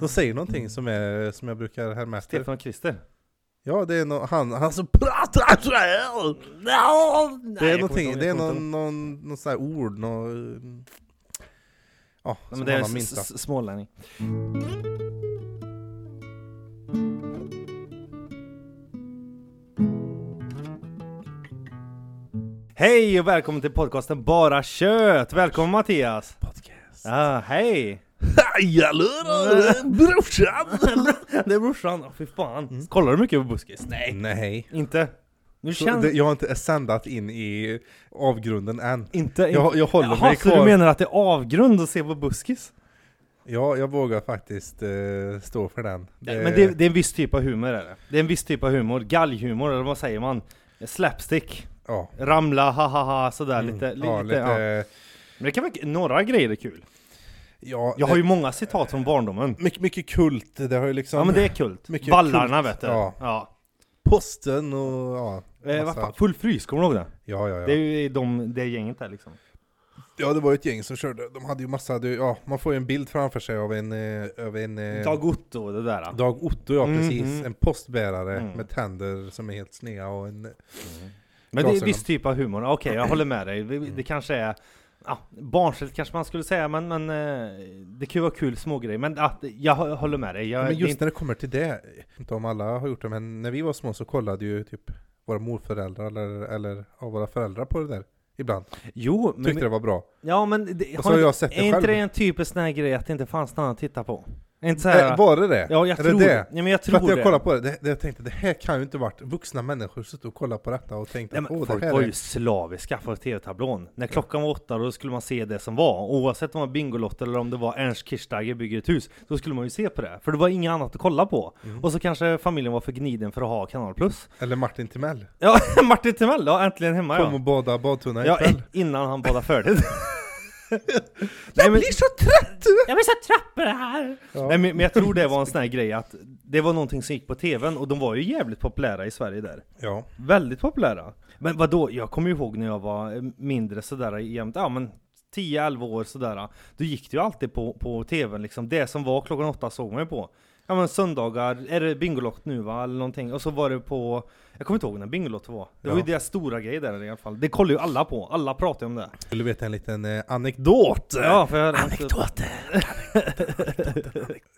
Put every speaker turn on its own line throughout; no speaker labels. De säger någonting som, är, som jag brukar härma efter.
Stefan och Christer.
Ja, det är no, han, han som pratar så här. Det är någonting, det är någon, någon, någon sån här ord, någon... Ja,
Nej,
som
men det är
han
s-
har myntat.
s- smålänning. Hej och välkommen till podcasten Bara Kött! Välkommen Mattias!
Podcast.
Ah, hej!
Hej hallå då, brorsan!
Det är brorsan, oh, fy fan. Kollar du mycket på Buskis? Nej.
Nej.
Mm. Inte? Nu
Så
känns...
det, jag har inte sändat in i avgrunden än.
Inte?
Jag, jag håller
Jaha,
mig
så du
kvar.
menar att det är avgrund att se på Buskis?
Ja, jag vågar faktiskt eh, stå för den. Det-
Men det, det är en viss typ av humor är det. Det är en viss typ av humor, galghumor eller vad säger man? Slapstick,
ja.
ramla, hahaha, sådär lite, li,
Mm. ja,
lite, ja.
lite
Men det kan vara, några grejer är kul.
ja,
Jag har ju många citat från barndomen.
mycket, mycket kult, det har ju liksom
Ja men det är kult.
mycket
Vallarna
kult.
vet du.
Ja.
Ja.
posten och ja,
Eh, vad
massa-
fan, full frys, kommer du ihåg det?
ja, ja, ja.
Det är ju de, det gänget där liksom.
Ja, det var ju ett gäng som körde. De hade ju massa, det- ja, man får ju en bild framför sig av en, eh, av en eh,
Dag Otto och det där.
Dag Otto, ja
Mm,
precis.
mm.
En postbärare
Mm.
med tänder som är helt sneda och en... eh,
Men det är en
Glasögon.
viss typ av humor. Okej, jag håller med dig. Det,
Mm.
det kanske är ja, barnsligt kanske man skulle säga, men, men eh, det kan ju vara kul smågrejer. Men ja, det- jag hå- håller med dig. Jag,
Men
det är
just när det kommer till det, jag vet inte om alla har gjort det, men när vi var små så kollade ju typ våra morföräldrar eller, eller ja, våra föräldrar på det där ibland.
inte- jo, men,
Tyckte det var bra.
ja, men det,
Och så har
inte-
jag sett det
är inte
själv.
det en typisk sån här grej att det inte fanns någon annan att titta på? Är inte så här,
Äh, var det det?
ja, jag
Är
tror
det.
det.
det?
Nej, men jag
För
tror
att jag
det.
kollade på det, det, det, jag tänkte det här kan ju inte varit vuxna människor som stod och kollade på detta och tänkte
Nej,
att
men
åh,
folk
det här
var
är...
ju slaviska för tv-tablån. När klockan var åtta då skulle man se det som var. Oavsett om det var Bingolotto eller om det var Ernst Kirchsteiger bygger ett hus, då skulle man ju se på det. För det var inget annat att kolla på.
Mm.
Och så kanske familjen var för gniden för att ha Kanal Plus.
Eller Martin Timell.
Ja, Martin Timell, ja äntligen hemma
Kom
ja.
och bada badtunna
ja
ikväll.
innan han badade färdigt. Nej, men,
så trött!
jag blir så trött på det här!
Ja.
Nej, men, men jag tror det var en sån här grej att det var någonting som gick på tvn och de var ju jävligt populära i Sverige där.
Ja.
Väldigt populära. Men vadå, jag kommer ju ihåg när jag var eh, mindre sådär jämt, ja men 10-11 år sådär. Då gick det ju alltid på, på tvn liksom, det som var klockan åtta såg man ju på. Ja men söndagar, är det Bingolott nu va? Eller någonting. Och så var det på, jag kommer inte ihåg när Bingolott var. Det var
Ja.
ju deras stora grej där i alla fall. Det kollar ju alla på, alla pratar ju om det.
Vill du veta en liten eh, anekdot?
Ja, för jag hade inte...
Anekdoter!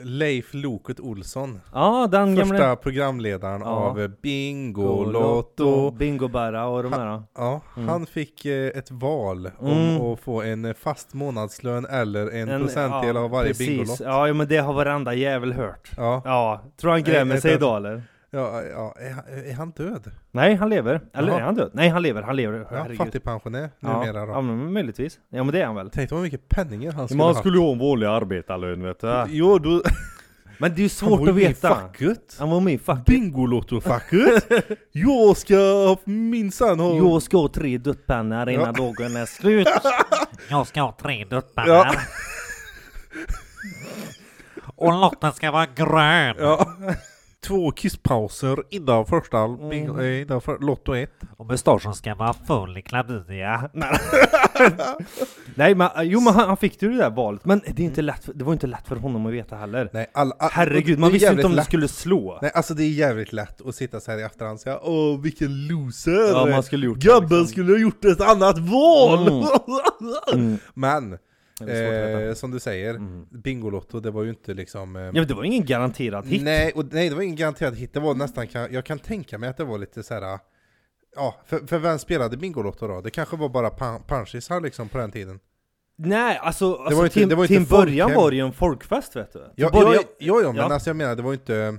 Leif Loket Olsson,
Ja, den gamla...
första programledaren
Ja.
av eh, Bingolotto.
Bingobära och de där.
Ja, Han fick eh, ett val om
Mm.
att få en eh, fast månadslön eller en,
En-
procentdel
ja,
av varje
precis.
Bingolott.
Ja, ja, men det har varenda jävel hört.
Ja,
Ja, tror han grämer
Nej,
sig
vänta.
idag eller?
ja, ja. Är, han- är han död?
Nej, han lever. Eller
Jaha.
är han död? Nej, han lever, han lever.
Ja,
Herregud.
fattigpensionär numera
ja,
då.
ja, men möjligtvis. Ja, men det är han väl.
Tänk dig vad mycket penningar han skulle
Man
ha
skulle ju ha en vanlig arbetarlön vet du.
haft. Jo, du...
Men det är ju
Han var
svårt att
ju med i
veta.
Facket.
Han var med i facket.
Bingolotto-facket! jag ska minsann ha...
Jag ska ha tre dödpennor innan dagen är slut.
Jag ska ha tre döttrar.
Ja.
Och lotten ska vara grön.
Ja. Två kisspauser innan första bingo, eh, innan för, Lotto 1.
Och mustaschen ska vara full i klamydia.
Nej men eh, jo men han, han fick ju det där valet. Men det, är inte lätt för, det var inte lätt för honom att veta heller.
Nej, all, all, Ah,
Herregud,
det
man
är
visste
jävligt
inte om det
lätt.
skulle slå.
Nej, alltså det är jävligt lätt att sitta så här i efterhand och säga Åh, vilken loser!
Ja, man skulle gjort det,
Gubben
liksom.
skulle ha gjort ett annat val!
Mm.
Men,
Det är svårt att veta. Mm.
eh, som du säger, Bingolotto, det var ju inte liksom... Eh,
Ja, men det var ingen garanterad hit.
Nej, och, nej, det var ingen garanterad hit. Det var nästan, kan- jag kan tänka mig att det var lite så här. Ja, för, för vem spelade Bingolotto då? Det kanske var bara pan- panschisar liksom på den tiden.
Nej, alltså,
var
alltså
ju inte-
till,
det var ju
till en
inte
början
folkhem.
var det ju en folkfest vet du. Till
Ja,
början,
ja, ja, ja men
ja.
alltså jag menar, det var ju inte...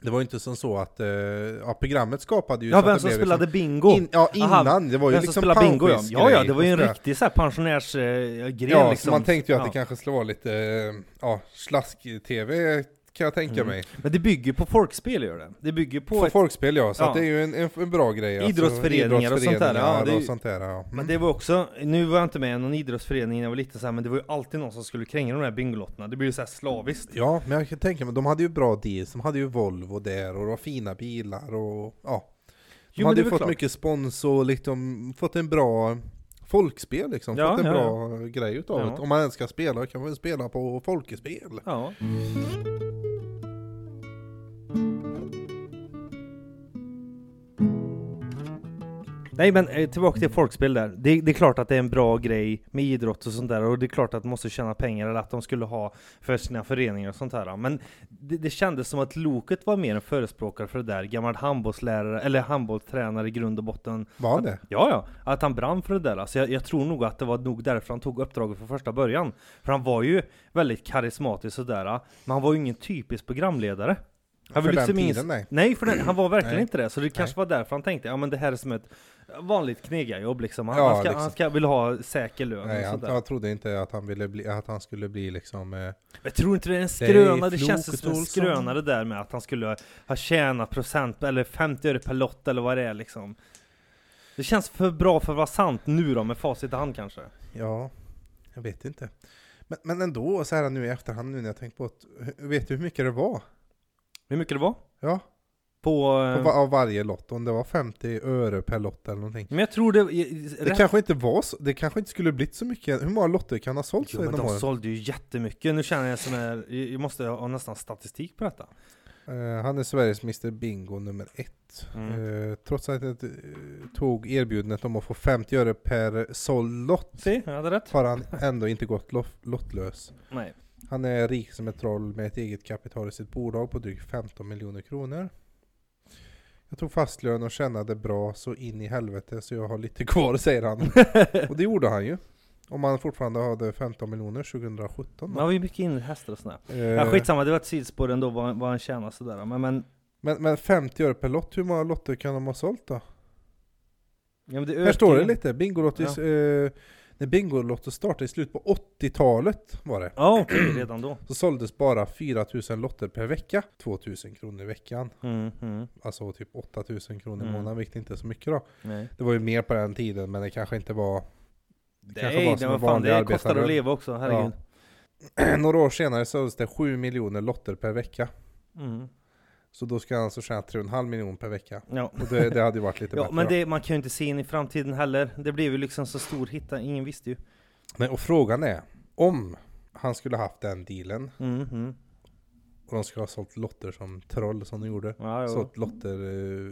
Det var ju inte som så att eh, ja, programmet skapade ju...
ja
så
vem
att det
som
blev
spelade
liksom,
bingo.
In, ja,
Aha,
innan. det var ju
vem
liksom
som spelade bingo ja.
panschisgrej
Ja, ja, det var ju en
och sådär.
riktig så här pensionärsgrej eh, gren,
Ja,
liksom.
så man tänkte ju att
Ja.
det kanske skulle vara lite eh, ja, slask-tv kan jag tänka mig.
Men det bygger på folkspel gör det. Det bygger på
På
ett...
folkspel ja, så
ja.
att det är ju en, en, en bra grej. Alltså,
Idrottsföreningar och sånt där, ja,
idrottsföreningar
det är ju-
och sånt där ja.
Men
Mm.
det var också, nu var jag inte med i någon idrottsförening när jag var liten så här, men det var ju alltid någon som skulle kränga de här bingolotterna. Det blir ju så här slaviskt.
Ja, men jag kan tänka mig, de hade ju bra deals, de hade ju Volvo där och det var fina bilar och ja. De
Jo, men
hade ju
det är väl
fått
klart.
mycket spons och liksom fått en bra folkspel liksom,
Ja,
fått en
ja,
bra grej utav
Ja.
det. Om man ens ska spela kan man ju spela på folkspel.
Ja. Nej men eh, tillbaka till folkspel där. Det, det är klart att det är en bra grej med idrott och sånt där och det är klart att de måste tjäna pengar eller att de skulle ha för sina föreningar och sånt där. Men det, det kändes som att Loket var mer en förespråkare för det där. Gammal handbollslärare eller handbollstränare i grund och botten.
Var han det?
Ja, ja. Att han brann för det där. Alltså jag, jag tror nog att det var nog därför han tog uppdraget från första början. För han var ju väldigt karismatisk sådär. Men han var ju ingen typisk programledare. Han var
För den
liksom ingen-
tiden, nej.
Nej, för den, han var verkligen
Nej.
inte det. Så det kanske var därför han tänkte, ja men det här är som ett vanligt knegarjobb liksom. Han,
Ja,
han, ska,
liksom.
han ska vill ha säker lön
Nej,
och
han,
sådär.
jag trodde inte att han, ville bli, att han skulle bli liksom... Eh,
Jag tror inte det är en
är
skröna, det
Floket
känns som en
Olsson.
skröna det där med att han skulle ha tjänat procent eller 50 öre per lott eller vad det är liksom. Det känns för bra för att vara sant nu då med facit i hand kanske.
ja, jag vet inte. Men, men ändå, så här nu i efterhand, nu när jag tänkt på att... Vet du hur mycket det var?
Hur mycket det var?
Ja,
På...
på,
eh,
va- av varje lott. Om det var 50 öre per lott eller någonting.
Men jag tror det...
Det kanske inte var så, det kanske inte skulle blivit så mycket. Hur många lotter kan ha sålts
Jo, men
genom
de
åren?
sålde ju jättemycket. Nu känner jag som är, jag måste ha nästan statistik på detta.
Eh, han är Sveriges Mr Bingo nummer ett.
Mm.
Eh, trots att jag inte, eh, tog erbjudandet om att få 50 öre per såld lott
Se, jag hade rätt.
har han ändå inte gått lo- lottlös.
Nej.
Han är rik som ett troll med ett eget kapital i sitt bolag på drygt 15 miljoner kronor. Jag tog fast lön och tjänade bra så in i helvete så jag har lite kvar säger han. och det gjorde han ju. Om han fortfarande hade 15 miljoner 2017
Man
då.
var ju mycket inre hästar och sådär.
Eh,
Ja, skitsamma, det var ett sidospår ändå vad, han- vad han tjänar sådär. Men, men,
Eh, men, men 50 öre per lott, hur många lotter kan de ha sålt då?
ja, men det
Här
ökar
står det
ju.
lite, Bingolotto, eh, när Bingolotto startade i slutet på 80-talet var det.
Ja okej, redan då.
Så såldes bara 4000 lotter per vecka, 2000 kronor i veckan.
Mm, mm,
Alltså typ 8000 kronor i
Mm.
månaden, vilket inte är så mycket då.
nej.
Det var ju mer på den tiden, men det kanske inte var... Det kanske
Nej,
var som
det
en
var fan,
vanlig
det kostar att
arbetarlön.
leva också, herregud.
Några år senare såldes det 7 miljoner lotter per vecka.
Mm.
Så då ska han alltså tjäna 3,5 miljoner per vecka.
Ja.
Och det, det hade ju varit lite
Ja,
bättre
men
då.
det, man kan ju inte se in i framtiden heller. Det blev ju liksom så stor hit, ingen visste ju.
Nej, och frågan är, om han skulle haft den dealen
Mm, mm.
och de skulle ha sålt lotter som troll som de gjorde.
Ja, jo.
Sålt lotter,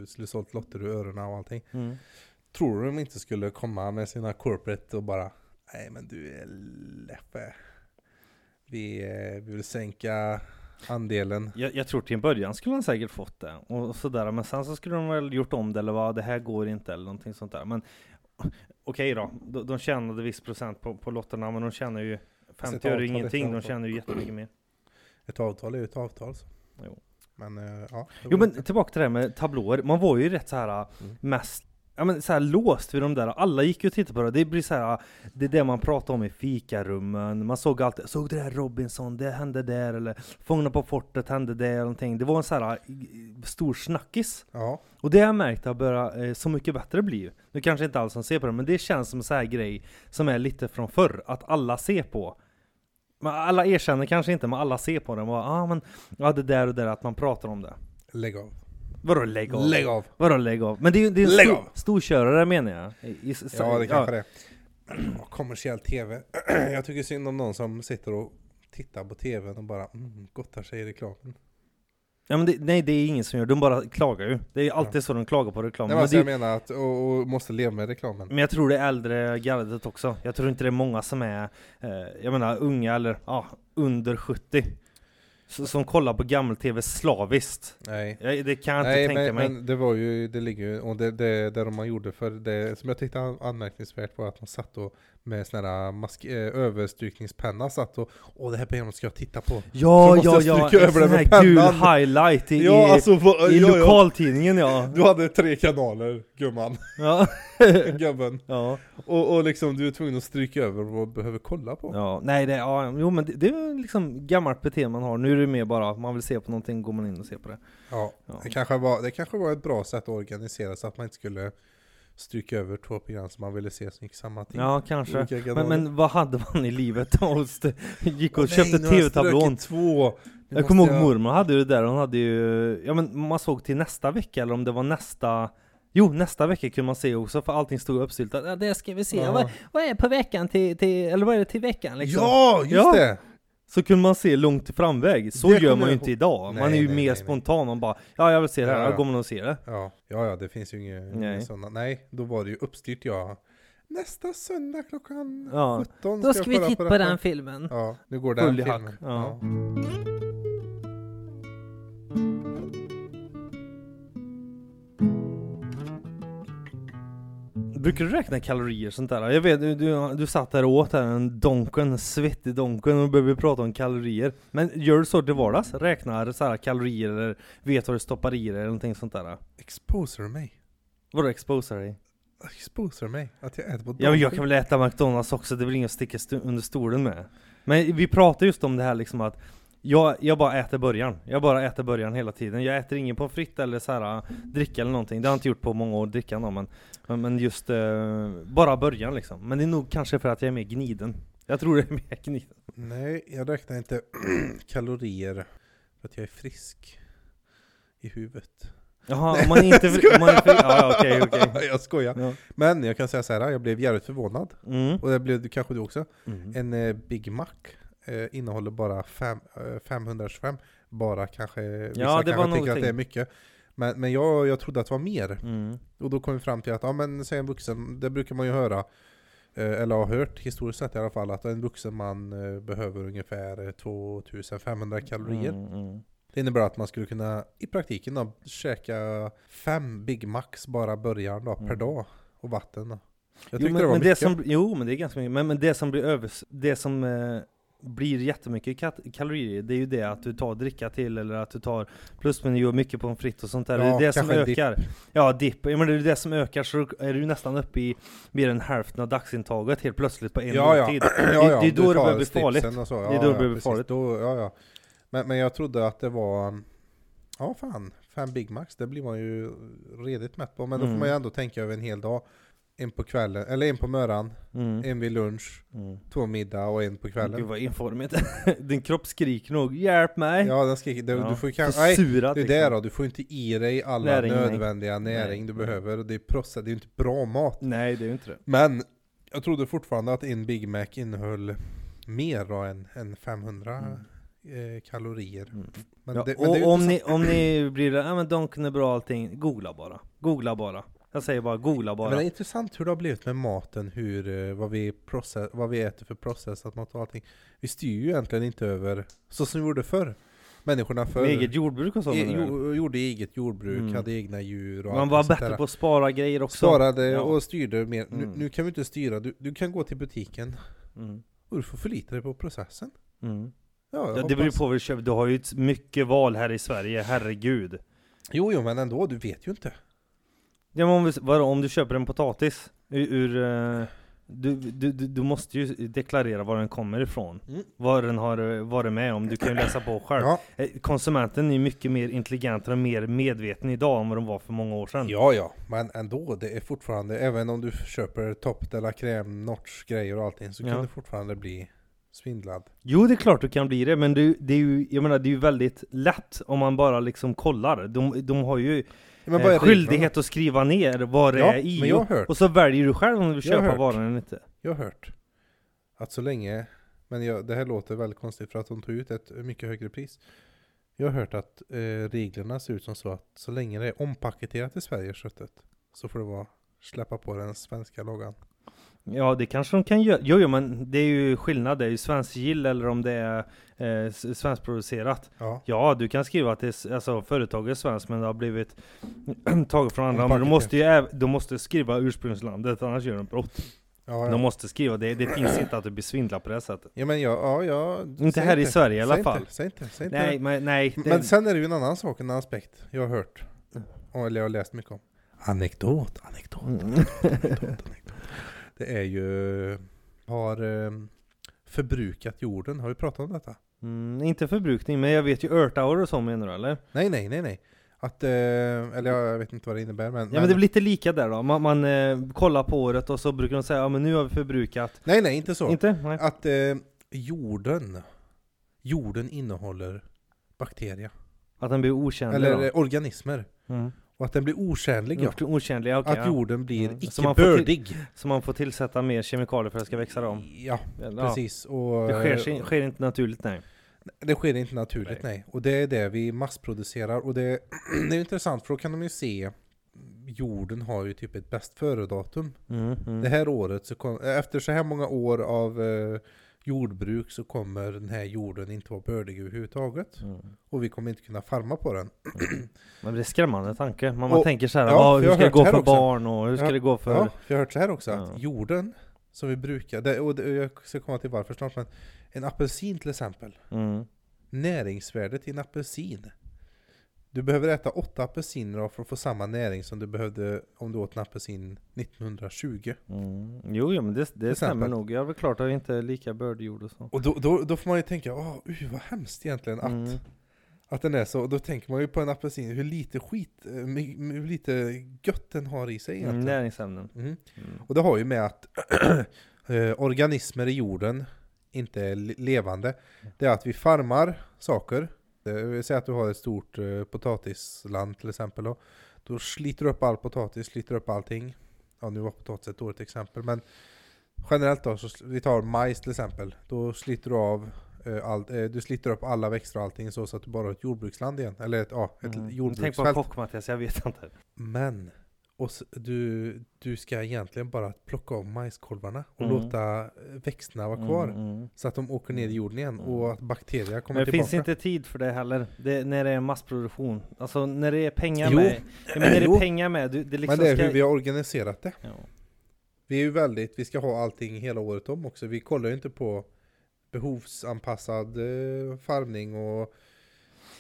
eh, skulle sålt lotter ur öronen och allting.
Mm.
Tror du de inte skulle komma med sina corporate och bara Nej men du är Leffe. Vi, eh, vi vill sänka andelen.
Jag, jag tror till en början skulle han säkert fått det och sådär, men sen så skulle de väl gjort om det eller vad, det här går inte eller någonting sånt där. Men okej då, de, de tjänade viss procent på, på lotterna, men de tjänar ju
Alltså, ett
50 öre
avtal,
ingenting,
ett
de
avtal.
tjänar ju jättemycket mer.
Ett avtal är ju ett avtal. Så.
Jo.
Men eh, ja. det var-
Jo men tillbaka till det här med tablåer, man var ju rätt så här
Mm.
mest Ja men så här låst vid de där, alla gick ju och tittade på det, det blir så här Det är det man pratar om i fikarummen, man såg alltid Såg du det här Robinson, det hände där eller Fångarna på fortet hände där eller någonting Det var en så här eh, stor snackis
Ja.
Och det har jag märkt har börjat, eh, Så mycket bättre det blir ju. Nu kanske inte alla som ser på det, men det känns som en sån här grej som är lite från förr, att alla ser på. Men alla erkänner kanske inte, men alla ser på det. Och bara, ah, men, ja, det där och det där, att man pratar om det.
Lägg av.
Vadå lägg av?
Lägg av.
Vadå lägg av? Men det är ju det är en
Lägg
stor,
av!
storkörare menar jag. I, i, s-
Ja det kanske det är. Och kommersiell tv. Jag tycker synd om någon som sitter och tittar på tvn och bara mm, gottar sig i reklamen.
Ja, men det, nej det är ingen som gör de bara klagar ju. Det är alltid så de Mm. klagar på reklam.
Nej, men
men,
alltså, jag
det,
menar att, och, och måste leva med reklamen.
men jag tror det är äldre gardet också. Jag tror inte det är många som är, eh, jag menar unga eller ja, under 70. s- Som kollar på gammal-tv slaviskt.
Nej.
Jag, det kan jag inte
Nej
tänka
men,
mig.
men det var ju, det ligger ju, och det, det, det de gjorde för det som jag tyckte an- anmärkningsvärt var att de satt och med sån här mask, eh, överstrykningspenna satt och Åh det här programmet ska jag titta på.
ja,
så måste
ja,
jag
ja,
stryka
en
över
sån
det med
här gul
pennan.
highlight i,
ja alltså, va,
i
ja, ja.
lokaltidningen ja.
Du hade tre kanaler, gumman,
Ja.
gubben.
ja.
Och, och liksom du är tvungen att stryka över vad du behöver kolla på.
Ja, nej det, ja, jo men det, det är ju liksom gammalt beteende man har. Nu är det mer bara att man vill se på någonting går man in och ser på det.
Ja,
Ja.
Det, kanske var, det kanske var ett bra sätt att organisera så att man inte skulle stryka över två program som man ville se som gick samma tid.
Ja,
Olika
kanske.
kanaler.
Men, men vad hade man i livet? Hos det? Gick och
Åh, nej,
köpte
nu har jag
tv-tablån.
strukit Två. Nu
Jag kommer
måste
ihåg mormor hade det där, hon hade ju, ja men man såg till nästa vecka eller om det var nästa Jo, nästa vecka kunde man se också för allting stod uppsyltat. Ja, det ska vi se.
Ja.
Vad, vad är på veckan till, till, eller vad är det till veckan liksom?
Ja, just
Ja.
det!
Så kunde man se långt i framväg. Så
Det
gör
kommer
man ju
jag
inte idag.
Nej,
man är ju
nej,
mer
nej, nej.
spontan. Man bara, ja jag vill se det här,
Ja,
då
ja.
går man och ser det.
Ja, ja, ja det finns ju inga
Nej.
Nej. sådana. Nej, då var det ju uppstyrt ja. Nästa söndag klockan
Ja.
17
Då ska
jag
vi
kolla
titta på
detta.
den filmen.
Ja, nu går den
Full i hack,
filmen.
ja. Brukar du räkna kalorier och sånt där? Jag vet, du, du, du satt där och åt här en donken, en svettig donken och började prata om kalorier. Men gör du så till vardags? Räknar så här kalorier eller vet vad du stoppar i dig eller någonting sånt där?
Exposer mig.
Vadå exposar dig?
Exposer mig. Att jag äter på
Ja men jag
dagen.
kan väl äta McDonalds också, det är väl inget att sticka stu- under stolen med. Men vi pratar just om det här liksom att jag, jag bara äter början. Jag bara äter början hela tiden. Jag äter ingen pommes frites eller så här, äh, dricka eller någonting. Det har jag inte gjort på många år, drickan då, men, men, men just eh, bara början liksom. Men det är nog kanske för att jag är mer gniden. Jag tror det är mer gniden.
Nej, jag räknar inte kalorier för att jag är frisk i huvudet.
Jaha, om man är inte... fri- om man är fri, ja, ja, okej, okej.
jag skojar.
Ja.
Men jag kan säga så här, jag blev jävligt förvånad.
Mm.
Och det blev du- kanske du också.
Mm.
En eh, Big Mac eh, innehåller bara fem, eh, 525. Bara kanske, vissa
det var
kanske tycker
någonting.
att det är mycket. Men, men jag, jag trodde att det var mer.
Mm.
Och då kom vi fram till att, ja men säg en vuxen, det brukar man ju höra, eh, eller har hört historiskt sett i alla fall, att en vuxen man eh, behöver ungefär eh, 2500 kalorier.
Mm, mm.
Det innebär att man skulle kunna i praktiken då, käka fem Big Macs bara början då, per
Mm.
dag. Och vatten då. Jag
Jo
tyckte
men,
det var
men det
mycket.
som, jo men det är ganska mycket, men, men det som blir över, det som eh, blir jättemycket kat, kalorier det är ju det att du tar dricka till eller att du tar plusmeny och mycket pommes frites och sånt där. det är
Ja,
det som
kanske en dipp.
ökar. Ja dipp, ja, men det är ju det som ökar så är du ju nästan uppe i mer än hälften av dagsintaget helt plötsligt på en
ja, ja.
måltid.
ja,
Det-
ja.
det är då
du tar
det börjar bli
slipsen
farligt.
Och så. Ja,
är då det
ja,
börjar bli
precis.
farligt.
Då, ja, ja. Men, men jag trodde att det var, ja fan, fem Big Macs, det blir man ju redigt mätt på. Men då
Mm.
får man ju ändå tänka över en hel dag. En på kvällen, eller en på morgonen,
Mm.
en vid lunch,
Mm.
två middag och en på
Gud
kvällen.
vad informigt. Din kropp skriker nog 'Hjälp mig!'
Ja, den skriker, du,
Ja,
du får ju kanske... nej,
försurat,
Det är
liksom.
det då, du får inte i dig alla
Näring, nej.
nödvändiga näring
Nej.
du behöver. Och det är prossa, det är ju inte bra mat.
Nej det är ju inte det.
Men jag trodde fortfarande att en Big Mac innehöll mer då än, än 500 eh, kalorier. Men
Mm. ja,
det, men det är ju
och om
intressant.
ni, om ni blir det, ja men donken är bra allting, googla bara. Googla bara. Jag säger bara googla bara.
Men det är intressant hur det har blivit med maten, hur, eh, vad, vi process, vad vi äter för processat mat och allting. Vi styr ju egentligen inte över, så som vi gjorde förr. Människorna förr
Med eget jordbruk och sånt.
e,
menar du?
jo, gjorde eget jordbruk,
Mm.
hade egna djur och
Man
allt
var
sånt där.
bättre på att spara grejer också.
Sparade
Ja.
och styrde mer. Nu,
Mm.
nu kan vi inte styra. Du, du kan gå till butiken
Mm.
och du får förlita dig på processen.
Mm.
Ja, jag
Ja, det beror ju
hoppas.
på vad du köper. Du har ju ett mycket val här i Sverige, herregud.
Jo, jo, men ändå. Du vet ju inte.
Ja, men om, vi, vadå, om du köper en potatis ur... ur eh, du, du, du, du måste ju deklarera var den kommer ifrån.
Mm.
Vad den har eh, varit med om. Du kan ju läsa på själv.
Ja,
Eh, Konsumenten är ju mycket mer intelligent och mer medveten idag än vad de var för många år sedan.
ja, ja. Men ändå. Det är fortfarande, även om du köper Top de la Crème, Notch grejer och allting, så
Ja.
kan du fortfarande bli svindlad.
Jo det är klart du kan bli det, men det, det är ju, jag menar, det är ju väldigt lätt om man bara liksom kollar. De, de har ju
Men vad är
eh,
det
skyldighet att skriva ner vad det
Ja,
är i.
men jag har
och-
hört.
Och så väljer du själv om du vill
Jag har
köpa
hört.
varan eller inte.
Jag har hört att så länge, men jag, det här låter väldigt konstigt för att de tog ut ett mycket högre pris. Jag har hört att eh, reglerna ser ut som så att så länge det är ompaketerat i Sverige köttet så får det vara släppa på den svenska loggan.
Ja det kanske de kan göra. Jo, jo men det är ju skillnad. Det är ju svensk gill eller om det är eh, s- svenskproducerat.
Ja,
Ja du kan skriva att det är, s- alltså, företaget är svenskt men det har blivit taget från andra. Men du
Ompaketerat.
måste ju äv- du måste skriva ursprungslandet annars gör de brott.
ja,
De
ja.
måste skriva det. Det finns inte att du blir svindlad på det här sättet.
ja men ja, ja, ja
Inte
säg
här i Sverige i alla
säg
fall.
Inte, säg inte, säg inte.
Nej, men nej. Det,
Men sen är det ju en annan sak, en annan aspekt jag har hört. Och- Eller jag har läst mycket om. Anekdot, anekdot.
Mm.
Det är ju, har eh, förbrukat jorden, har vi pratat om detta?
Mm, inte förbrukning, men jag vet ju örtaur och så menar du eller?
Nej, nej, nej, nej. Att, eh, eller jag vet inte vad det innebär men...
Ja men det blir lite lika där då. Man, man eh, kollar på året och så brukar de säga ja men nu har vi förbrukat.
Nej, nej, inte så.
Inte? Nej.
Att eh, jorden, jorden innehåller bakterier.
Att den blir okänd.
eller
då.
eh, organismer.
Mm.
Och Och att den blir otjänlig ja.
Gjort otjänliga, okej,
Att jorden blir
Mm. Så
icke
man får till-
bördig.
ja. Så man får tillsätta mer kemikalier för att det ska växa om.
Ja,
Eller, ja.
precis. Och, eh,
Det sker, sig- sker inte naturligt nej.
Det sker inte naturligt, nej. Och det är det vi massproducerar. Och det, det är intressant för då kan de ju se Jorden har ju typ ett bäst före-datum.
Mm, mm.
Det här året, så kom, eh, efter så här många år av eh, jordbruk så kommer den här jorden inte vara bördig överhuvudtaget.
Mm.
Och vi kommer inte kunna farma på den.
Men det är skrämmande tanke. Man, man
Och-
tänker så här,
ja,
vad-
för
hur
jag
ska
har hört
det gå
här
för
också.
barn och hur ska
Ja,
det gå för...
Ja, jag har hört så här också, att
Ja.
jorden som vi brukar, det, och det, jag ska komma till varför snart, men en apelsin till exempel.
Mm.
Näringsvärdet i en apelsin. Du behöver äta åtta apelsiner av för att få samma näring som du behövde om du åt en apelsin 1920.
Mm. Jo, jo, men det, det stämmer
exempel.
nog. Ja, väl klart att vi inte är lika bördjord och så.
Och då, då, då får man ju tänka, åh, uh, vad hemskt egentligen att
Mm.
Att den är så, och då tänker man ju på en apelsin, hur lite skit, eh, my- my- hur lite gött den har i sig
Mm,
egentligen.
näringsämnen.
Mm.
Mm.
Och det har ju med att eh, organismer i jorden inte är le- levande. Det är att vi farmar saker, det vill säga att du har ett stort eh, potatisland till exempel. Då, då sliter du upp all potatis, sliter upp allting. Ja, nu var potatis ett dåligt exempel, men generellt då, så sl- vi tar majs till exempel. Då sliter du av eh, allt, eh, du sliter upp alla växter och allting så, så att du bara har ett jordbruksland igen. Eller ett, ja, ett
Mm. Tänk på en
jordbruksfält.
kock Mattias, jag vet inte.
Men och s- du, du ska egentligen bara plocka av majskolvarna och
Mm.
låta eh, växterna vara kvar.
Mm, mm.
Så att de åker ner i jorden igen
Mm.
och att bakterier kommer
Men det
tillbaka.
finns inte tid för det heller, det, när det är massproduktion. Alltså när det är pengar
Jo.
med. Ja, men när det
Jo.
är pengar med, du, det liksom
Men det är
ska...
hur vi har organiserat det.
ja.
Vi är ju väldigt, vi ska ha allting hela året om också. Vi kollar ju inte på behovsanpassad eh, farmning och...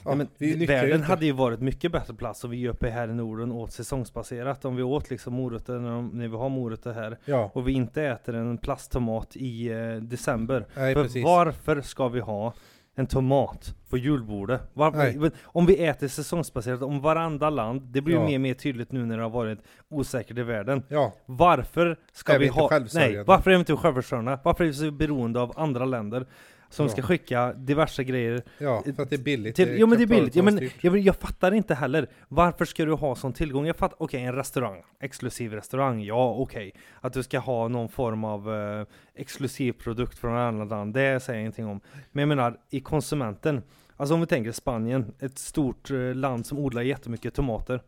Ja,
Nej, men
vi nyttjar ju
världen
inte-
hade ju varit mycket bättre plats om vi uppe här i Norden åt säsongsbaserat. Om vi åt liksom morötter när, de, när vi har morötter här
Ja,
och vi inte äter en plasttomat i eh, december.
nej
För
precis.
varför ska vi ha en tomat på julbordet?
Nej.
Varför, men om vi äter säsongsbaserat om varandra land, det blir
Ja.
ju mer och mer tydligt nu när det har varit osäkert i världen.
Ja,
Varför ska
Är vi
vi,
inte
ha...
självförsörjande?
Nej, varför är vi inte självförsörjande? Varför är vi så beroende av andra länder? Som
Ja.
ska skicka diverse grejer
ja, för att det är billigt. eh,
till, Typ- jo men det är billigt, ja, men,
kapitalstyrt.
jag, jag fattar inte heller Varför ska du ha sån tillgång? Jag fattar, okej en restaurang, exklusiv restaurang, ja okej Att du ska ha någon form av eh, exklusiv produkt från ett annat land, det säger jag ingenting om Men jag menar, i konsumenten Alltså om vi tänker Spanien, ett stort eh, land som odlar jättemycket tomater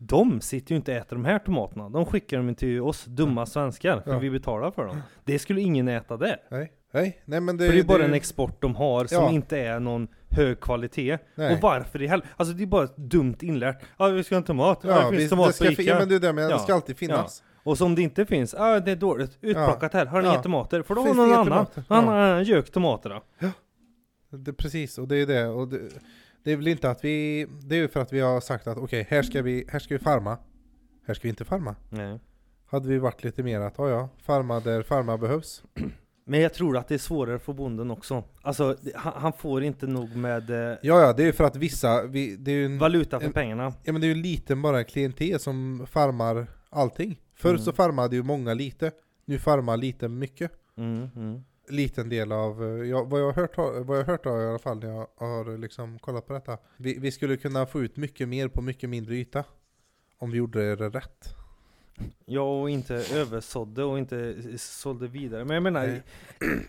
de sitter ju inte och äter de här tomaterna, de skickar dem till oss dumma svenskar, för
Ja.
vi betalar för dem. Det skulle ingen äta där.
Nej, nej, nej men det...
För det är bara
det-
en export de har som
Ja.
inte är någon hög kvalitet.
Nej.
Och varför i helvete? Alltså det är bara dumt inlärt. Ja vi ska ha en tomat, ja,
Ja,
det
vi,
finns
det
tomat på
ska,
Ica.
fi- ja, men det är det, men det
Ja.
ska alltid finnas.
Och som det inte finns, ja det är dåligt. Utplockat här, har ni
Ja.
inga tomater? Får du ha
Finns det
någon
inga
annan?
tomater?
Någon
Ja.
annan gök tomater då?
Det, precis, och det är det. Och det, det är väl inte att vi... Det är ju för att vi har sagt att okej, här ska vi, här ska vi farma. Här ska vi inte farma.
Nej.
Hade vi varit lite mer att, ja ja, farma där farma behövs.
Men jag tror att det är svårare för bonden också. Alltså det- han, han får inte nog med eh,
Ja ja, det är ju för att vissa, vi, det är ju en,
valuta för
en-
pengarna.
ja, men det är ju en liten bara klientel som farmar allting. Förr
Mm.
så farmade ju många lite, nu farmar lite mycket.
Mm, mm.
Liten del av, eh, ja, vad jag har hört, har- vad jag har hört har jag i alla fall när jag har liksom kollat på detta. Vi, vi skulle kunna få ut mycket mer på mycket mindre yta. Om vi gjorde det rätt.
Ja, och inte översådde och inte sålde vidare. Men jag menar,
Nej.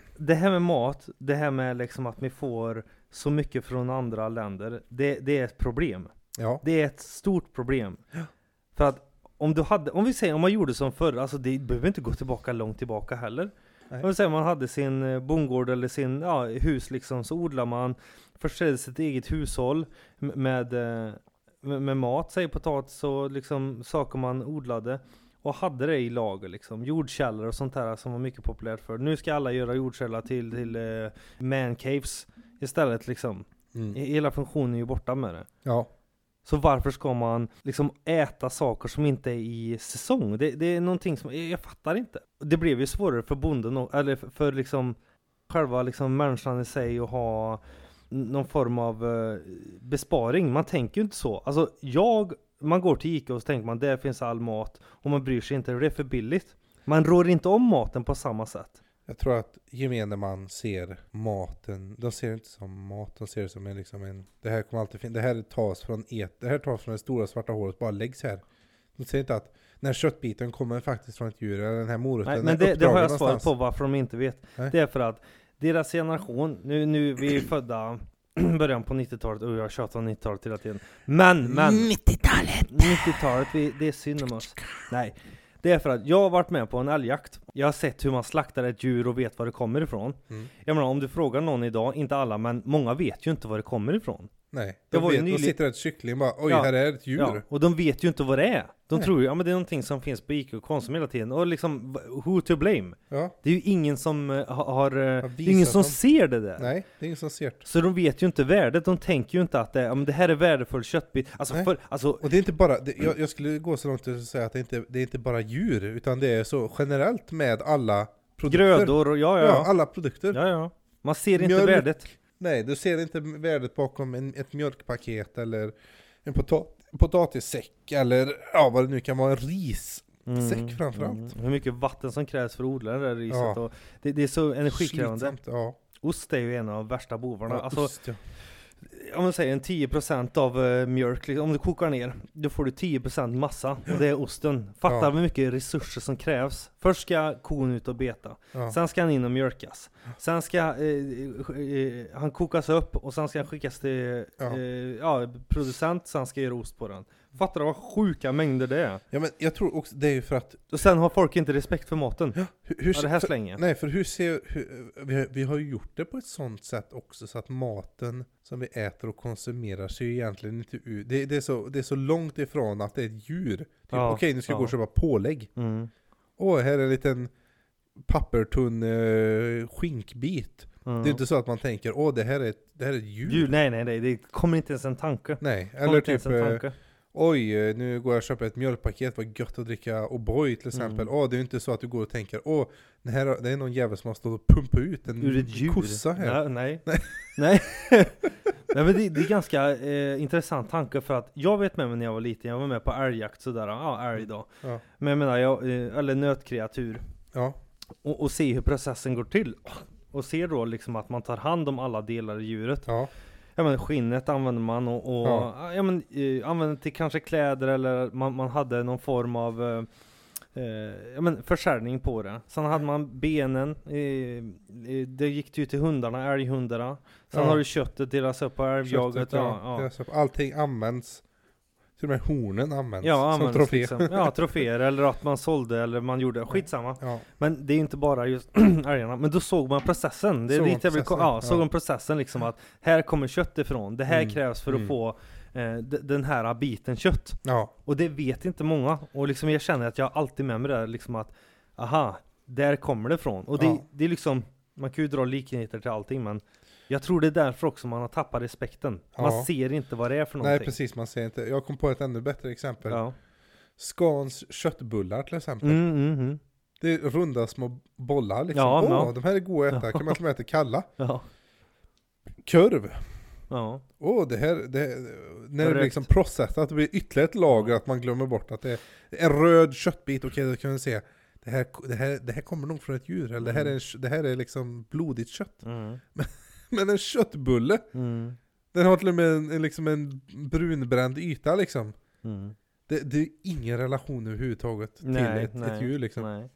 det här med mat, det här med liksom att vi får så mycket från andra länder, det, det är ett problem.
Ja,
Det är ett stort problem. För att om du hade, om vi säger om man gjorde som förr, alltså det behöver inte gå tillbaka långt tillbaka heller.
Nej.
Om vi säger man hade sin eh, bondgård eller sin ja, hus liksom, så odlar man, försörjde sitt eget hushåll m- med, eh, med, med mat, säg potatis och liksom saker man odlade. Och hade det i lager liksom, jordkällor och sånt där som var mycket populärt förr. Nu ska alla göra jordkällor till, till eh, mancaves istället liksom.
mm.
Hela funktionen är ju borta med det.
ja.
Så varför ska man liksom äta saker som inte är i säsong? Det, det är någonting som, jag, jag fattar inte. Det blev ju svårare för bonden, och, eller för, för liksom själva liksom människan i sig att ha n- någon form av eh, besparing. Man tänker ju inte så. Alltså jag, man går till Ica och så tänker man där finns all mat och man bryr sig inte, det är för billigt. Man rår inte om maten på samma sätt.
Jag tror att gemene man ser maten, de ser det inte som mat, de ser det som en, liksom en det här kommer alltid finnas, det här tas från et, det här tas från det stora svarta hålet, bara läggs här. De ser inte att den här köttbiten kommer faktiskt från ett djur, eller den här moroten,
Nej,
den
men
är
det, det har jag
uppdragen
svaret på
någonstans.
varför de inte vet.
Nej.
Det är för att deras generation, nu, nu vi är födda början på 90-talet, och jag tjatar om 90-talet hela tiden. Men, men!
90-talet!
90-talet, vi, det är synd om oss. Nej. Det är för att jag har varit med på en älgjakt. Jag har sett hur man slaktar ett djur och vet var det kommer ifrån.
Mm.
Jag menar om du frågar någon idag, inte alla, men många vet ju inte var det kommer ifrån.
Nej,
Det
de,
var ju
vet, de
nyligen-
sitter ett kyckling bara, oj
Ja.
här är ett djur.
Ja, och de vet ju inte vad det är. De
Nej.
tror ju, ja men det är någonting som finns på IQ och Konsum hela tiden. Och liksom, who to blame?
Ja,
Det är ju ingen som eh, ha- har... eh, Det är ingen
visat
som
dem.
ser det där.
nej, det är ingen som ser det.
Så de vet ju inte värdet, de tänker ju inte att det, ja, men det här är värdefull köttbit. Alltså,
Nej.
för, alltså
Och det är inte bara, det, jag, jag skulle gå så långt att säga att det inte det är inte bara djur, utan det är så generellt med alla produkter.
grödor och ja,
Ja,
ja, ja.
alla produkter.
ja, ja. Man ser inte
Mjölk.
värdet.
Nej, du ser inte värdet bakom en, ett mjölkpaket eller en pota- potatissäck eller ja, vad det nu kan vara, en ris. Säck framförallt.
Mm. Hur mycket vatten som krävs för att odla det där riset.
Ja.
Och det, det är så energikrävande.
Slitsamt, Ja.
Ost är ju en av de värsta bovarna.
Ja,
alltså,
ost, ja.
om man säger en 10% av eh, mjölk, liksom, om du kokar ner, då får du 10% massa. Och det är osten. Fatta
Ja.
hur mycket resurser som krävs. Först ska kon ut och beta.
Ja.
Sen ska han in och mjölkas. Sen ska eh, eh, han kokas upp och sen ska han skickas till
Ja.
Eh, ja, producent, sen ska göra ost på den. Fattar du vad sjuka mängder det är?
ja, men jag tror också det är ju för att...
Och sen har folk inte respekt för maten.
Hur, hur,
Ja, det här
för,
slänger jag.
nej, för hur ser... Hur, vi, har, vi har ju gjort det på ett sånt sätt också så att maten som vi äter och konsumerar ser ju egentligen inte ut... Det, det, är, så, det är så långt ifrån att det är ett djur. Typ,
Ja,
Okej, nu ska jag gå och
ja.
köpa pålägg.
Mm.
Åh, här är en liten pappertunn eh, skinkbit.
Mm.
Det är inte så att man tänker åh det här är ett, det här är ett djur.
Djur, nej, nej, nej, det kommer inte ens en tanke.
Nej,
Kommer
eller
inte
typ
ens en
eh,
tanke.
oj eh, nu går jag och köper ett mjölkpaket, vad gött att dricka O'boy till
Mm.
exempel. Åh det är ju inte så att du går och tänker åh det här det är någon jävel som har stått och pumpat ut en
Ur ett djur?
Mm. kossa här.
Nej, nej. nej. nej. men det, det är ganska eh, intressant tanke för att jag vet med mig när jag var liten, jag var med på älgjakt sådär, ja älg då.
Mm. Ja.
Men jag menar, jag, eh, eller nötkreatur.
Ja,
och, och se hur processen går till. Och se då liksom att man tar hand om alla delar i djuret.
ja,
Ja men skinnet använder man och, och ja.
Ja.
men, eh, använder till kanske kläder eller man, man hade någon form av eh, eh, ja, men försäljning på det. Sen hade man benen, eh, eh, det gick ju till hundarna, älghundarna. Sen
Ja.
har du köttet delas upp på älgjaget.
Köttet,
Ja,
ja.
ja.
Det är så- Allting används. Till och med hornen används
Ja,
som
används
trofé.
liksom. ja, troféer eller att man sålde eller man gjorde, skitsamma.
Ja,
Men det är inte bara just älgarna, men då såg man processen. Det är
Såg man
dit jag vill ko-
processen,
ja, såg
ja.
man processen liksom att här kommer kött ifrån. Det här
Mm,
krävs för att
mm.
få eh, d- den här biten kött.
ja,
Och det vet inte många. Och liksom jag känner att jag har alltid med mig det här, liksom att aha, där kommer det ifrån. Och det,
Ja.
det är liksom, man kan ju dra likheter till allting men jag tror det är därför också man har tappat respekten. Man
Ja.
ser inte vad det är för
nej
någonting.
precis man ser inte. Jag kom på ett ännu bättre exempel.
Ja.
Skans köttbullar till exempel.
Mm, mm, mm.
Det är runda små bollar liksom.
Ja,
Åh,
ja.
de här är goda att äta. Kan man till och med äta kalla?
ja.
Kurv.
ja.
Åh, det här, det här, när det
Korrekt.
blir liksom processat, det blir ytterligare ett lager att man glömmer bort att det är en röd köttbit. Okej, då kan vi se. Det här, det, här, det här kommer nog från ett djur, eller det här, är, en- det här är liksom blodigt kött.
Mm,
Men en köttbulle,
mm,
den har till och med en, en, liksom en brunbränd yta liksom.
mm.
Det, det är ingen relation överhuvudtaget till
Nej,
ett,
nej,
ett djur liksom.
Nej.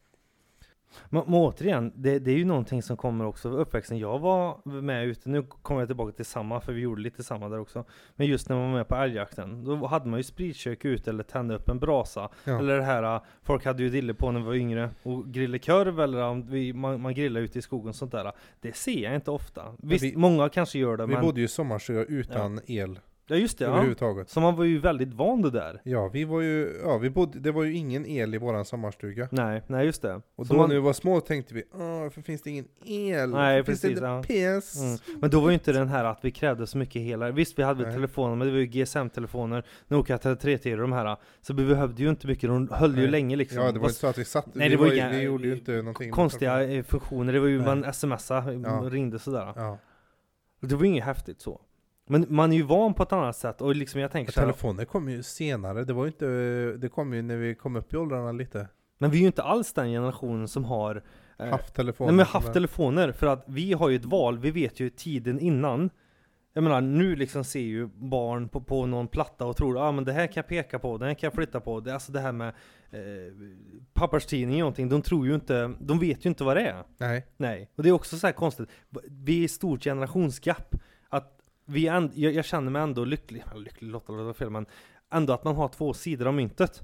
Men, men återigen, det, det är ju någonting som kommer också av uppväxten. Jag var med ute, nu kommer jag tillbaka till samma, för vi gjorde lite samma där också. Men just när man var med på älgjakten, då hade man ju spritkök ute eller tände upp en brasa.
Ja.
Eller det här, äh, folk hade ju dille på när vi var yngre och grillade korv eller om vi, man, man grillade ute i skogen och sånt där. Det ser jag inte ofta. Visst,
vi-
många kanske gör det,
Vi
men...
bodde ju i sommarstuga utan el
ja just det, ja.
överhuvudtaget.
Så man var ju väldigt van det där.
Ja, vi var ju, ja, vi bodde, det var ju ingen el i våran sommarstuga.
Nej, nej just det.
Och
Så
då
man-
när vi var små tänkte vi, åh, varför finns det ingen el?
Nej,
varför
precis,
finns det
ja.
inte PS?
Mm. Men då var ju inte den här att vi krävde så mycket hela. Visst vi hade väl
Nej.
telefoner men det var ju GSM-telefoner, Nokia 3310 och de här. Så vi behövde ju inte mycket, de höll ju
Nej.
länge liksom.
Ja, det var
Och
inte så att vi satt,
Nej,
vi,
det var
ju-
inga-
vi gjorde ju inte någonting. med
konstiga
telefonen.
eh, funktioner, det var ju
Nej.
man smsade, eh,
Ja.
ringde sådär.
Ja.
Och Det var ju inget häftigt så. Men man är ju van på ett annat sätt och liksom jag tänker
Och
så här,
telefoner kom ju senare, det var ju inte, det kom ju när vi kom upp i åldrarna lite.
Men vi är ju inte alls den generationen som har eh, Eh,
Haft telefoner.
Nej men haft telefoner, för att vi har ju ett val, vi vet ju tiden innan. Jag menar nu liksom ser ju barn på, på någon platta och tror ah, men det här kan jag peka på, det här kan jag flytta på. Det, alltså det här med eh, papperstidning och någonting, de tror ju inte, de vet ju inte vad det är.
Nej.
Nej, och det är också så här konstigt. Vi är i stort generationsgap. Att vi är änd- jag, jag känner mig ändå lycklig, eller lycklig lottad det var fel, men ändå att man har två sidor av myntet.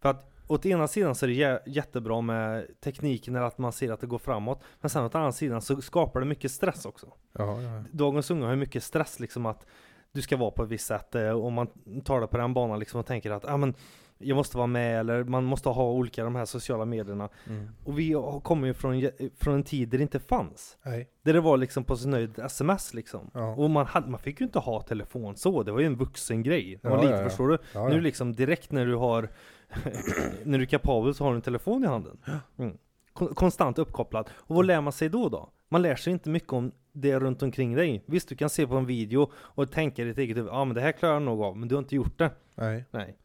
För att åt ena sidan så är det jä- jättebra med tekniken eller att man ser att det går framåt. Men sen åt andra sidan så skapar det mycket stress också.
Ja, ja.
Dagens unga har ju mycket stress liksom att du ska vara på ett visst sätt eh, och man talar på den banan liksom och tänker att ah, men jag måste vara med eller man måste ha olika de här sociala medierna.
Mm.
Och vi har- kommer ju från, från en tid där det inte fanns.
Nej.
Där det var liksom på sin nöjd sms liksom.
Ja.
Och man, hade, man fick ju inte ha telefon så, det var ju en vuxen grej.
Ja,
Ja, lite,
ja, ja.
Förstår du?
Ja,
Nu
ja.
liksom direkt när du har när du är kapabel så har du en telefon i handen. Mm. Kon- Konstant uppkopplad. Och vad lär man sig då då? Man lär sig inte mycket om det runt omkring dig. Visst, du kan se på en video och tänka i ditt eget huvud, ja ah, men det här klarar jag nog av, men du har inte gjort det.
Nej.
Nej.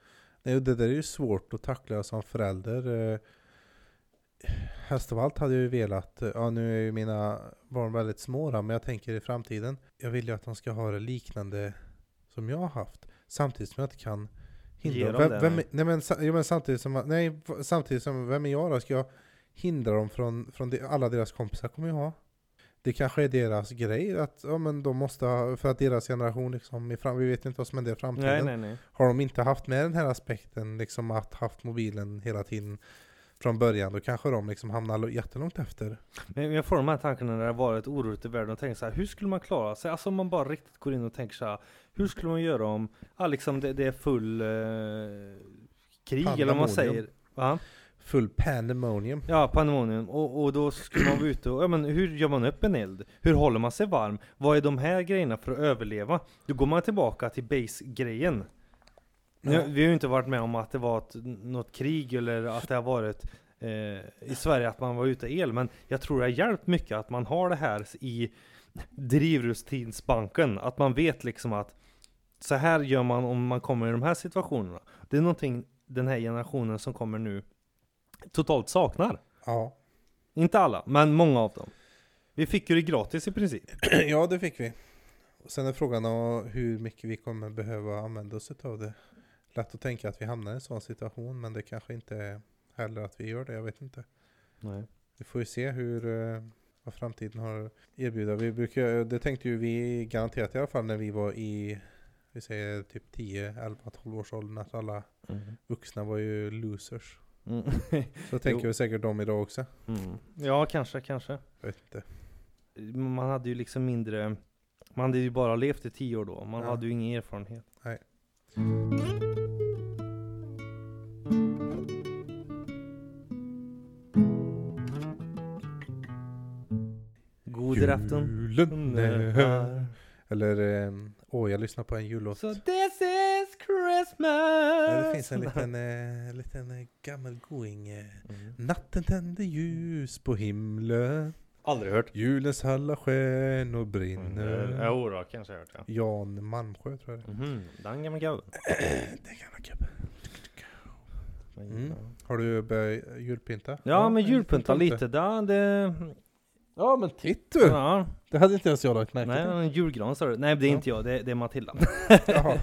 Nej, och det där är ju svårt att tackla som förälder. Eh, Helst av allt hade jag ju velat, eh, ja nu är ju mina barn väldigt små då, men jag tänker i framtiden. Jag vill ju att de ska ha det liknande som jag har haft. Samtidigt som jag inte kan
Ge
hindra
dem det,
vem, vem,
nej.
nej, men, sa- jo, men samtidigt som, nej, v- samtidigt som, vem är jag då? Ska jag hindra dem från, från det, alla deras kompisar kommer jag ha? Det kanske är deras grej att, ja men de måste ha, för att deras generation liksom, i fram, vi vet inte vad som händer i framtiden
Nej, nej, nej.
har de inte haft med den här aspekten, liksom att haft mobilen hela tiden från början, då kanske de liksom hamnar lo- jättelångt efter.
Men jag får de här tankarna när det har varit oroligt i världen och tänker så här, hur skulle man klara sig? Alltså om man bara riktigt går in och tänker så här, hur skulle man göra om, ja liksom det, det är full eh, krig eller vad
Pandemonium.
man säger. Va?
Full pandemonium.
Ja, pandemonium. Och, och då skulle man vara ute och, ja men hur gör man upp en eld? Hur håller man sig varm? Vad är de här grejerna för att överleva? Då går man tillbaka till base-grejen. Nu, vi har ju inte varit med om att det var ett, något krig eller att det har varit eh, i Sverige att man var ute el, men jag tror det har hjälpt mycket att man har det här i drivrustidsbanken, att man vet liksom att så här gör man om man kommer i de här situationerna. Det är någonting den här generationen som kommer nu totalt saknar.
Ja.
Inte alla, men många av dem. Vi fick ju det gratis i princip.
ja, det fick vi. Och sen är frågan om hur mycket vi kommer behöva använda oss av det. Lätt att tänka att vi hamnar i en sån situation, men det kanske inte är heller att vi gör det, jag vet inte.
Nej.
Vi får ju se hur eh, vad framtiden har att erbjuda. Vi brukar, det tänkte ju vi garanterat i alla fall när vi var i, vi säger typ 10, 11, 12 års åldern, att alla vuxna var ju losers.
Mm.
Så tänker vi säkert de idag också.
Mm. Ja, kanske, kanske.
Jag vet inte.
Man hade ju liksom mindre, man hade ju bara levt i tio år då. Man
Ja.
hade ju ingen erfarenhet. God afton.
Julen är här. Eller, eh, åh jag lyssnar på en jullåt.
So this is
Ja,
Christmas!
Det finns en liten, eh, liten eh, gammal going. Eh.
Mm.
Natten tände ljus på himlen.
Aldrig hört.
Julens alla stjärnor brinner.
Jodå, kanske jag hört ja.
Jan Malmsjö tror jag det
Mhm, den gamla gubben.
Mm. Har du börjat julpynta?
Ja, men
en liten
julpynta
tomte.
lite, där, det...
Ja men titt du!
Ja,
Det hade inte ens jag lagt märke
nej,
till.
en julgran sa du. Nej, det är
Ja.
inte jag, det, det är Matilda.
Jaha.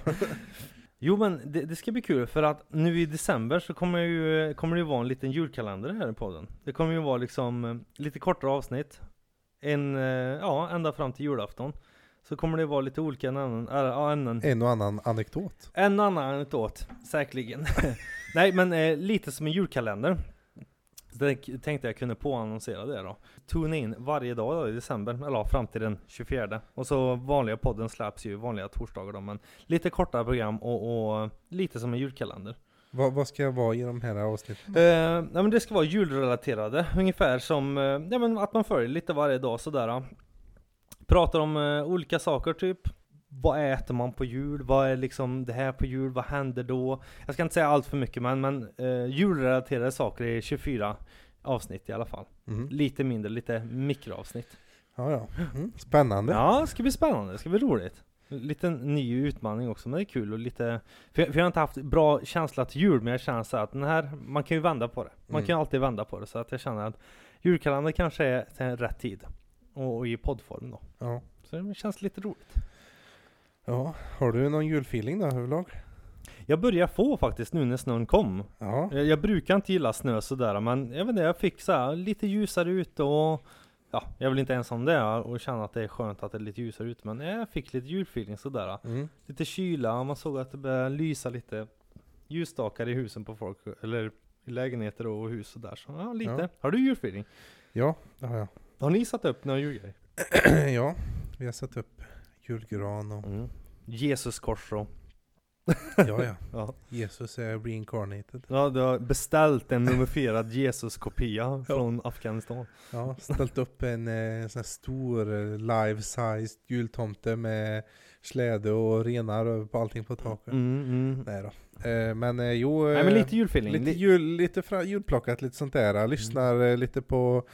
Jo men det, det ska bli kul för att nu i december så kommer, jag ju, kommer det ju vara en liten julkalender här i podden. Det kommer ju vara liksom eh, lite kortare avsnitt. En, eh, ja, ända fram till julafton. Så kommer det vara lite olika ämnen, äh, ja, ämnen.
En och annan anekdot.
En annan anekdot, säkerligen. Nej men eh, lite som en julkalender. Så Det k- tänkte jag kunde påannonsera det då. Tune in varje dag då i december, eller ja, fram till den 24. Och så vanliga podden släpps ju vanliga torsdagar då, men lite kortare program och, och lite som en julkalender.
Vad, vad ska jag vara i de här avsnitten?
Eh, nej, men det ska vara julrelaterade, ungefär som eh, ja, men att man följer lite varje dag sådär. ja. Pratar om eh, olika saker typ. Vad äter man på jul? Vad är liksom det här på jul? Vad händer då? Jag ska inte säga allt för mycket men, men eh, julrelaterade saker är 24 avsnitt i alla fall.
Mm.
Lite mindre, lite mikroavsnitt.
Ja, ja. Mm. Spännande.
Ja, det ska bli spännande, det ska bli roligt. Liten ny utmaning också, men det är kul och lite För jag, för jag har inte haft bra känsla till jul, men jag känner så här att den här, man kan ju vända på det Man
Mm.
kan ju alltid vända på det, så att jag känner att Julkalendern kanske är till en rätt tid och, och i poddform då
Ja.
Så det känns lite roligt
ja. Har du någon julfeeling då överlag?
Jag börjar få faktiskt nu när snön kom
Ja.
Jag, jag brukar inte gilla snö sådär men jag vet inte, jag fick så här, lite ljusare ute och Ja, jag vill inte ensam det och känna att det är skönt att det är lite ljusare ute men jag fick lite julfeeling sådär
Mm.
Lite kyla, man såg att det började lysa lite ljusstakar i husen på folk eller i lägenheter och hus sådär så ja, lite.
Ja.
Har du julfeeling?
Ja, det har jag.
Har ni satt upp några julgrejer?
ja, vi har satt upp julgran och
Mm. Jesuskors och
ja, ja.
ja.
Jesus är reincarnated.
ja, du har beställt en nummerierad Jesuskopia från Afghanistan.
Ja, ställt upp en eh, sån här stor eh, life-sized jultomte med släde och renar och på allting på taket.
Mm, mm.
Nej då. Eh, men eh, jo,
Nej
eh,
men lite Mm. julfeeling.
lite,
Li-
jul, lite fra, julplockat, lite sånt där. Lyssnar eh, lite på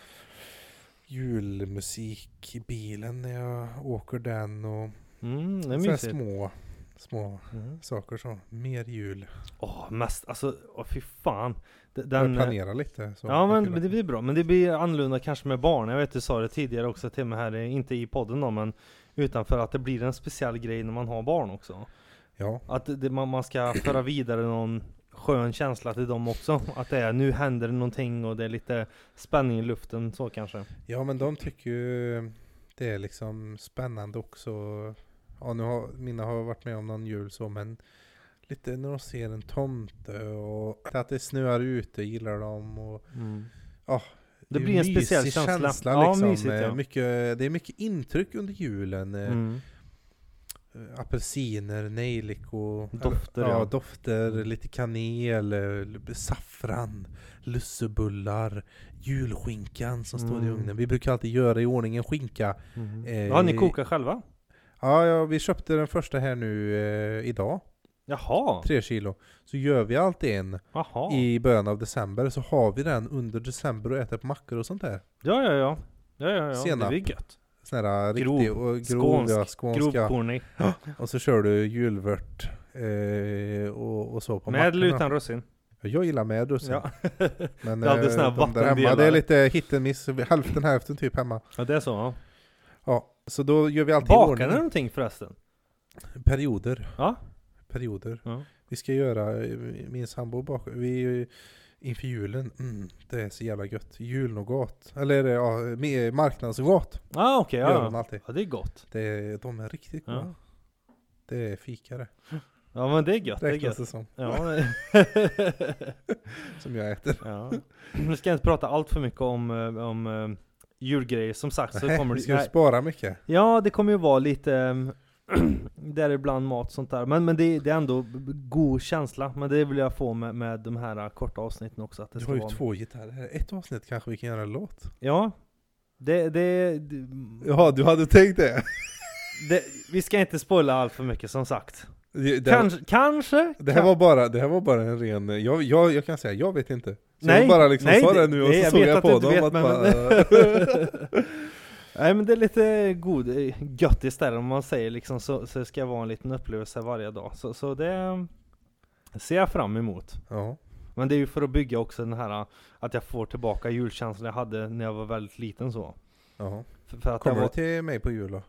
julmusik i bilen när jag åker den och
mm, det är
sådana
mysigt.
små, små
Mm.
saker så. Mer jul.
Åh, mest, alltså, åh, fy fan. D-
Den,
Den, eh,
planera lite. Så
ja men
mycket
men det blir bra, men det blir annorlunda kanske med barn. Jag vet du sa det tidigare också till mig här, eh, inte i podden då men Utanför att det blir en speciell grej när man har barn också.
Ja,
Att det, man, man ska föra vidare någon skön känsla till dem också. Att det är, nu händer det någonting och det är lite spänning i luften så kanske.
ja, men de tycker ju det är liksom spännande också. Ja, nu har, mina har varit med om någon jul så, men lite när de ser en tomte och att det snöar ute gillar de. Och Ja,
Det
är
blir en
mysig
speciell känsla.
ja, liksom.
mysigt, ja.
Eh, mycket, det är mycket intryck under julen. eh,
Mm.
eh, Apelsiner, nejlikor,
Dofter,
ja,
ja. Mm.
dofter, lite kanel, eh, l- saffran, lussebullar, julskinkan som står i
Mm.
ugnen. Vi brukar alltid göra i ordning en skinka.
Mm.
Eh,
ja, ni kokar själva?
Ja, ja, vi köpte den första här nu eh, idag,
Jaha,
tre kilo. Så gör vi alltid en
jaha.
i början av december, så har vi den under december och äter på mackor och sånt där.
Ja, ja, ja. Ja, ja, ja.
Senap.
Det är gött.
Sån här eh,
Grov.
riktig och grov,
Skånsk.
ja, skånska.
Grovkornig.
Och så kör du julvört eh, och, och så på
Med eller
mackorna.
utan russin?
Jag gillar med russin.
Ja.
Men
Jag hade
eh,
såna här
de där hemma,
vattendelare.
det är lite hit and miss, hälften hälften typ hemma.
ja, det är så. Ja.
Ja, så då gör vi alltid i
Bakar ni
ordning.
någonting förresten?
Perioder.
Ja.
Perioder.
Ja.
Vi ska göra, eh, min sambo bakar, vi inför julen, mm, det är så jävla gött. Julnougat, eller ja, med- marknadsnougat
Ah, okej.
gör hon
ja.
alltid.
ja, det är gott.
Det, är- de är riktigt goda.
Ja.
Det är fikare,
ja, men det är gött. Det är
räknas
gött.
det som,
Ja, det-
som jag äter.
ja. Nu ska jag inte prata allt för mycket om, eh, om eh, julgrejer. Som sagt så
Nej,
kommer
vi
det...
ska
Nej.
spara mycket.
Ja, det kommer ju vara lite ehm, däribland mat sånt där. Men, men det, det är ändå b- b- god känsla. Men det vill jag få med, med de här eh, korta avsnitten också. Att det
Du
ska
har ju
vara...
två gitarrer. Ett avsnitt kanske vi kan göra en låt?
Ja. Det, det, det,
Ja, du hade tänkt det?
det, vi ska inte spoila allt för mycket som sagt.
Det, det,
Kanske, kanske?
det, här, var bara, det här var bara en ren... Jag, jag, jag kan säga, jag vet inte. Så
Nej,
jag bara liksom
nej,
sa
det-
det nu och så
nej, jag
såg
vet
jag
att
på
du inte
dem
vet,
att
men-
bara...
Nej men det är lite god, eh, gött istället om man säger liksom så, så ska det vara en liten upplevelse varje dag. Så, så det ser jag fram emot.
ja,
Men det är ju för att bygga också den här eh, att jag får tillbaka julkänslan jag hade när jag var väldigt liten så.
ja.
För, för att jag
Kommer du
var,
till mig på jul då?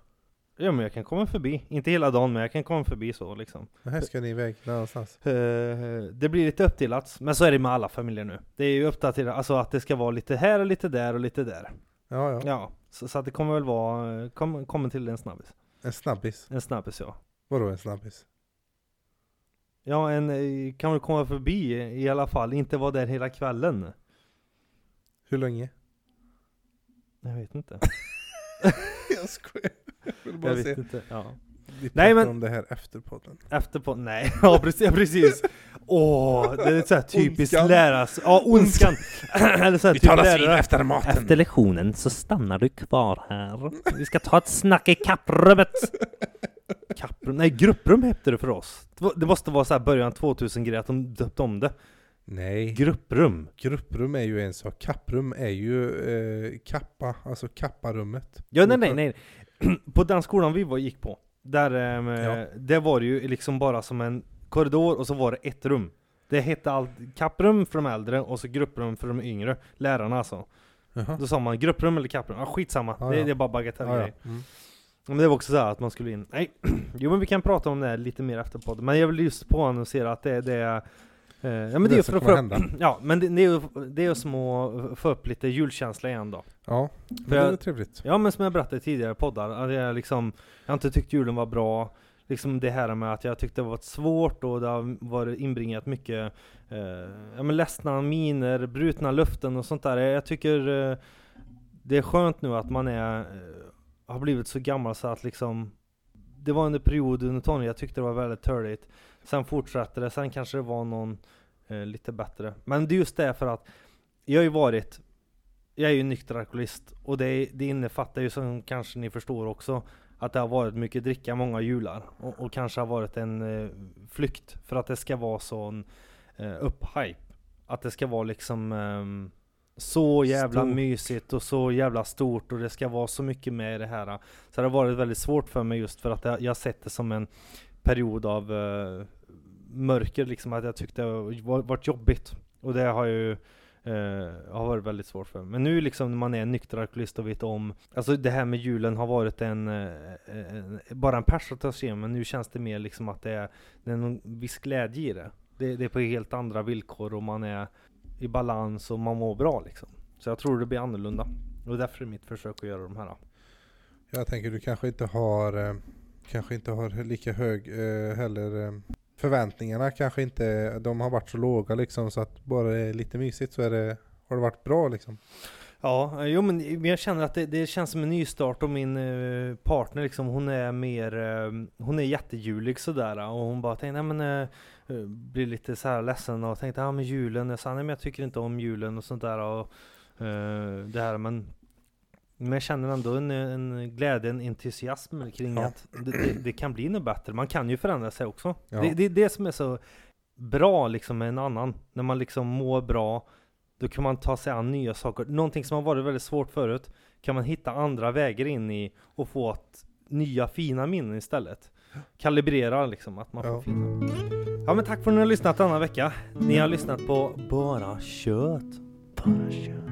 ja men jag kan komma förbi, inte hela dagen men jag kan komma förbi så liksom.
Nej, Här ska ni iväg någonstans.
Eh, Det blir lite uppdelat, men så är det med alla familjer nu. Det är ju uppdaterat, alltså att det ska vara lite här och lite där och lite där.
Ja, ja.
Ja, så, så att det kommer väl vara, eh, kom, kommer till en snabbis.
En snabbis.
En snabbis ja.
Vadå en snabbis?
Ja, en eh, kan väl komma förbi i alla fall, inte vara där hela kvällen.
Hur länge?
Jag vet inte.
Jag skojar. Jag vill
Jag
bara
vet
se.
inte. Ja.
Vi
Nej,
pratar
men-
om det här efter podden.
Efter på, nej, ja precis, ja, precis. Åh, det är så här typiskt
Ondskan.
läras. Ja, ondskan. Eller så här, typ lärare.
efter maten.
Efter lektionen så stannar du kvar här. Vi ska ta ett snack i kapprummet.
Kapprum, nej grupprum hette det för oss. Det var- Det måste vara så här början 2000 grejer att de döpte om det.
Nej.
Grupprum.
Grupprum är ju en sak, kapprum är ju eh, kappa, alltså kapparummet.
Ja, nej, nej, nej. På den skolan vi var, gick på, Där, ehm,
Ja.
Det var det ju liksom bara som en korridor och så var det ett rum. Det hette allt kapprum för de äldre och så grupprum för de yngre. Lärarna alltså.
Jaha.
Då sa man grupprum eller kapprum. Ah, skitsamma,
Ja,
det,
ja.
det är bara bagatellgrejer.
Ja, ja. Mm.
Men det var också så här att man skulle in, nej, jo men vi kan prata om det här lite mer efter podden, men jag vill just påannonsera att det, det är eh, Ja men det, är ju
som
för att
kommer
få upp,
hända.
ja, men det, det är ju det är ju som att få upp lite julkänsla igen då.
Ja, men det
jag-
är trevligt.
Ja men som jag berättade i tidigare poddar, att jag liksom, jag har inte tyckt julen var bra, liksom det här med att jag tyckte det var svårt och det har varit inbringat mycket, eh, ja men ledsna miner, brutna löften och sånt där. Jag tycker eh, det är skönt nu att man är, eh, har blivit så gammal så att liksom det var under period under tonåren jag tyckte det var väldigt törligt. Sen fortsatte det, sen kanske det var någon eh, lite bättre. Men det är just därför att jag har ju varit, jag är ju nykter alkoholist och det, det innefattar ju som kanske ni förstår också att det har varit mycket dricka många jular och, och kanske har varit en eh, flykt för att det ska vara sån eh, upphype. Att det ska vara liksom ehm, så jävla
Stort.
mysigt och så jävla stort och det ska vara så mycket med i det här. Så det har varit väldigt svårt för mig just för att jag, jag har sett det som en period av eh, mörker liksom, att jag tyckte det var, varit jobbigt. Och det har ju eh, har varit väldigt svårt för mig. Men nu liksom när man är nykter alkoholist och vet om, alltså det här med julen har varit en, eh, en bara en pärs att ta sig igenom, men nu känns det mer liksom att det är, det är någon viss glädje i det. det. Det är på helt andra villkor och man är i balans och man mår bra liksom. Så jag tror det blir annorlunda. Och därför är mitt försök att göra de här.
Jag tänker du kanske inte har eh, kanske inte har lika hög eh, heller eh, förväntningarna kanske inte, de har varit så låga liksom så att bara det är lite mysigt så är det, har det varit bra liksom.
Ja, eh, jo men men jag känner att det, det känns som en nystart och min eh, partner liksom, hon är mer, eh, hon är jättejulig sådär och hon bara tänkte, nej men eh, eh, blir lite så här ledsen och tänkte, ja men julen, jag sa nej men jag tycker inte om julen och sånt där och eh, det här men men jag känner ändå en, en glädje, en entusiasm kring
Ja.
att det, det, det kan bli något bättre. Man kan ju förändra sig också.
Ja.
Det, det är det som är så bra liksom med en annan. När man liksom mår bra, då kan man ta sig an nya saker. Någonting som har varit väldigt svårt förut, kan man hitta andra vägar in i och få att nya fina minnen istället. Kalibrera liksom, att man får
Ja.
fina. Ja men tack för att ni har lyssnat denna vecka. Ni har lyssnat på Bara Kött. Bara Kött.